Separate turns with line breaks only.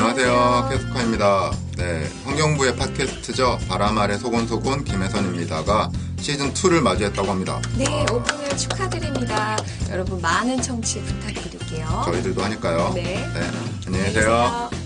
안녕하세요. 캐스커입니다. 네, 환경부의 팟캐스트죠. 바람 아래 소곤소곤 김혜선입니다가 시즌 2를 맞이했다고 합니다.
네, 오픈을 축하드립니다. 여러분 많은 청취 부탁드릴게요.
저희들도 하니까요.
네.
안녕히 계세요.
안녕히 계세요.